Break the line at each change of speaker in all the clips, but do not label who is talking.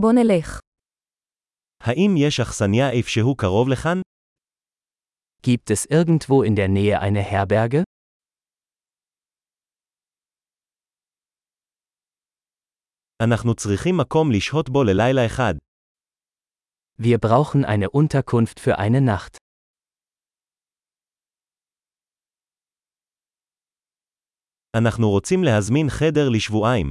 בוא נלך.
האם יש אכסניה איפשהו קרוב לכאן?
Gibt es irgendwo in der Nähe eine Herberge?
אנחנו צריכים מקום לשהות בו ללילה אחד.
Wir brauchen eine Unterkunft für eine Nacht.
אנחנו רוצים להזמין חדר לשבועיים.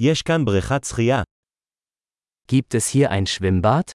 יש כאן בריכת שחייה.
Gibt es hier ein Schwimmbad?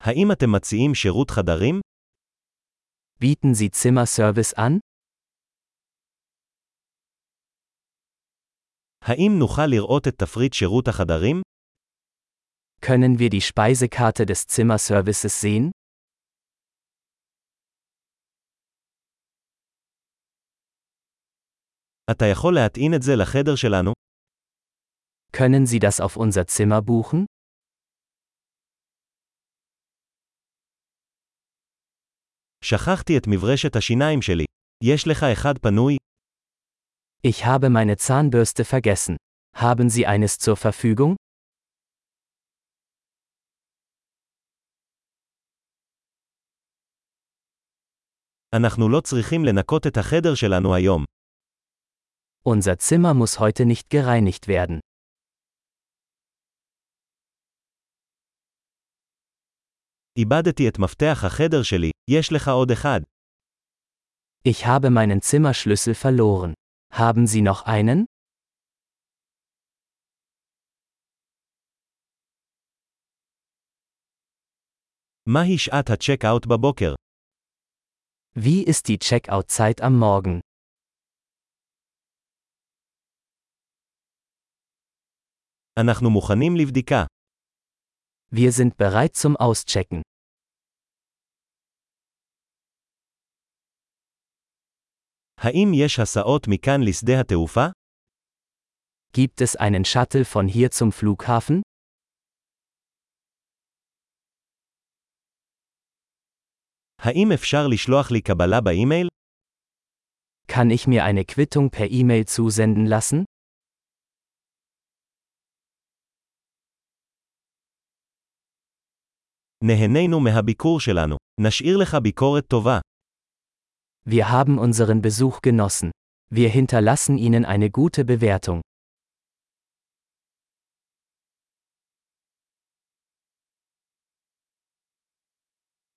האם אתם מציעים שירות חדרים?
Bieten Sie Zimmerservice an?
האם נוכל לראות את תפריט שירות החדרים?
Können wir die Speisekarte des Zimmerservices sehen?
אתה יכול להטעין את זה לחדר שלנו?
Können Sie das auf unser Zimmer buchen?
שכחתי את מברשת השיניים שלי. יש לך אחד פנוי?
Ich habe meine Zahnbürste vergessen. Haben Sie eines zur Verfügung?
אנחנו לא צריכים לנקות את החדר שלנו היום.
Unser Zimmer muss heute nicht gereinigt werden.
איבדתי את מפתח החדר שלי, יש לך עוד אחד.
Ich habe meinen Zimmerschlüssel verloren. Haben Sie noch einen?
מהי שעת הצ'ק-אאוט בבוקר?
Wie ist die Checkout-Zeit am Morgen?
אנחנו מוכנים לבדיקה.
Wir sind bereit zum Auschecken.
האם יש הסעות מכאן לשדה התעופה?
Gibt es einen Shuttle von hier zum Flughafen?
האם אפשר לשלוח לי קבלה באימייל?
Kann ich mir eine Quittung per E-Mail zusenden lassen?
נהנינו מהביקור שלנו. נשאיר לך ביקורת טובה.
Wir haben unseren Besuch genossen. Wir hinterlassen Ihnen eine gute Bewertung.